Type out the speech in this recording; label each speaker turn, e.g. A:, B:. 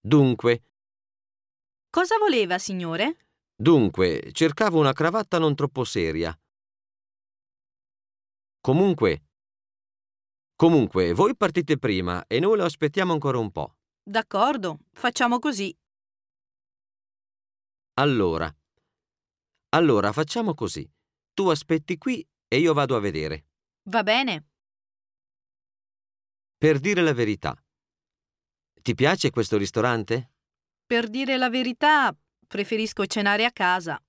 A: Dunque,
B: Cosa voleva, signore?
A: dunque, cercavo una cravatta non troppo seria. Comunque. Comunque, voi partite prima e noi lo aspettiamo ancora un po'.
B: D'accordo, facciamo così.
A: Allora. Allora, facciamo così. Tu aspetti qui e io vado a vedere.
B: Va bene.
A: Per dire la verità. Ti piace questo ristorante?
B: Per dire la verità, preferisco cenare a casa.